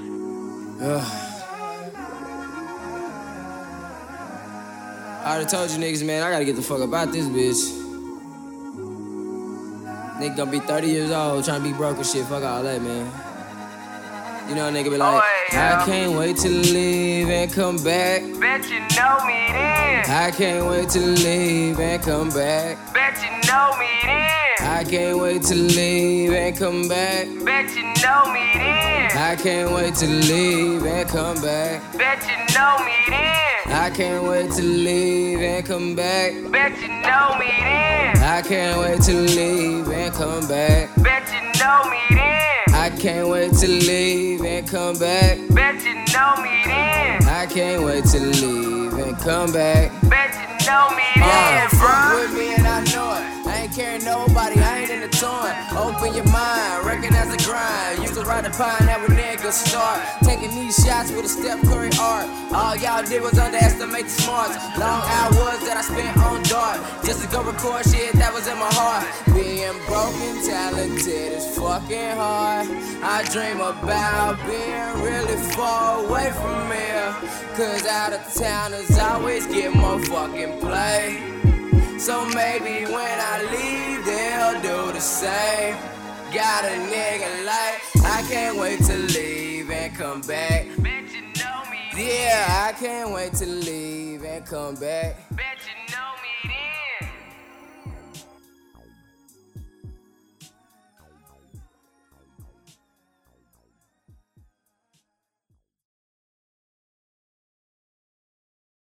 Yeah. I already told you niggas, man, I gotta get the fuck up out this bitch. Nigga gonna be 30 years old trying to be broke and shit. Fuck all that, man. You know, a nigga be like, Oh, I yeah. can't wait to leave and come back. Bet you know me then. I can't wait to leave and come back. Bet you know me then. I can't wait to leave and come back. Bet you know me then. I can't wait to leave and come back. Bet you know me then. I can't wait to leave and come back. Bet you know me then. I can't wait to leave and come back. Bet you know me then. I can't wait to leave and come back. Bet you know me then. I can't wait to leave and come back. Bet you know me Uh, then, fuck bruh. with me and I know it. I ain't caring nobody, I ain't in the torn. Open your mind, recognize the grind. Used to ride the pine, now a nigga start. Taking these shots with a Steph Curry art. All y'all did was underestimate the smarts. Long hours that I spent on dart. Just to go record shit that was in my heart. Being broken, talented is fucking hard. I dream about being really far away from here. Cause out of towners always get more fucking play. So maybe when I leave, they'll do the same. Got a nigga like, I can't wait to leave and come back. Bet you know me then. Yeah, I can't wait to leave and come back. Bet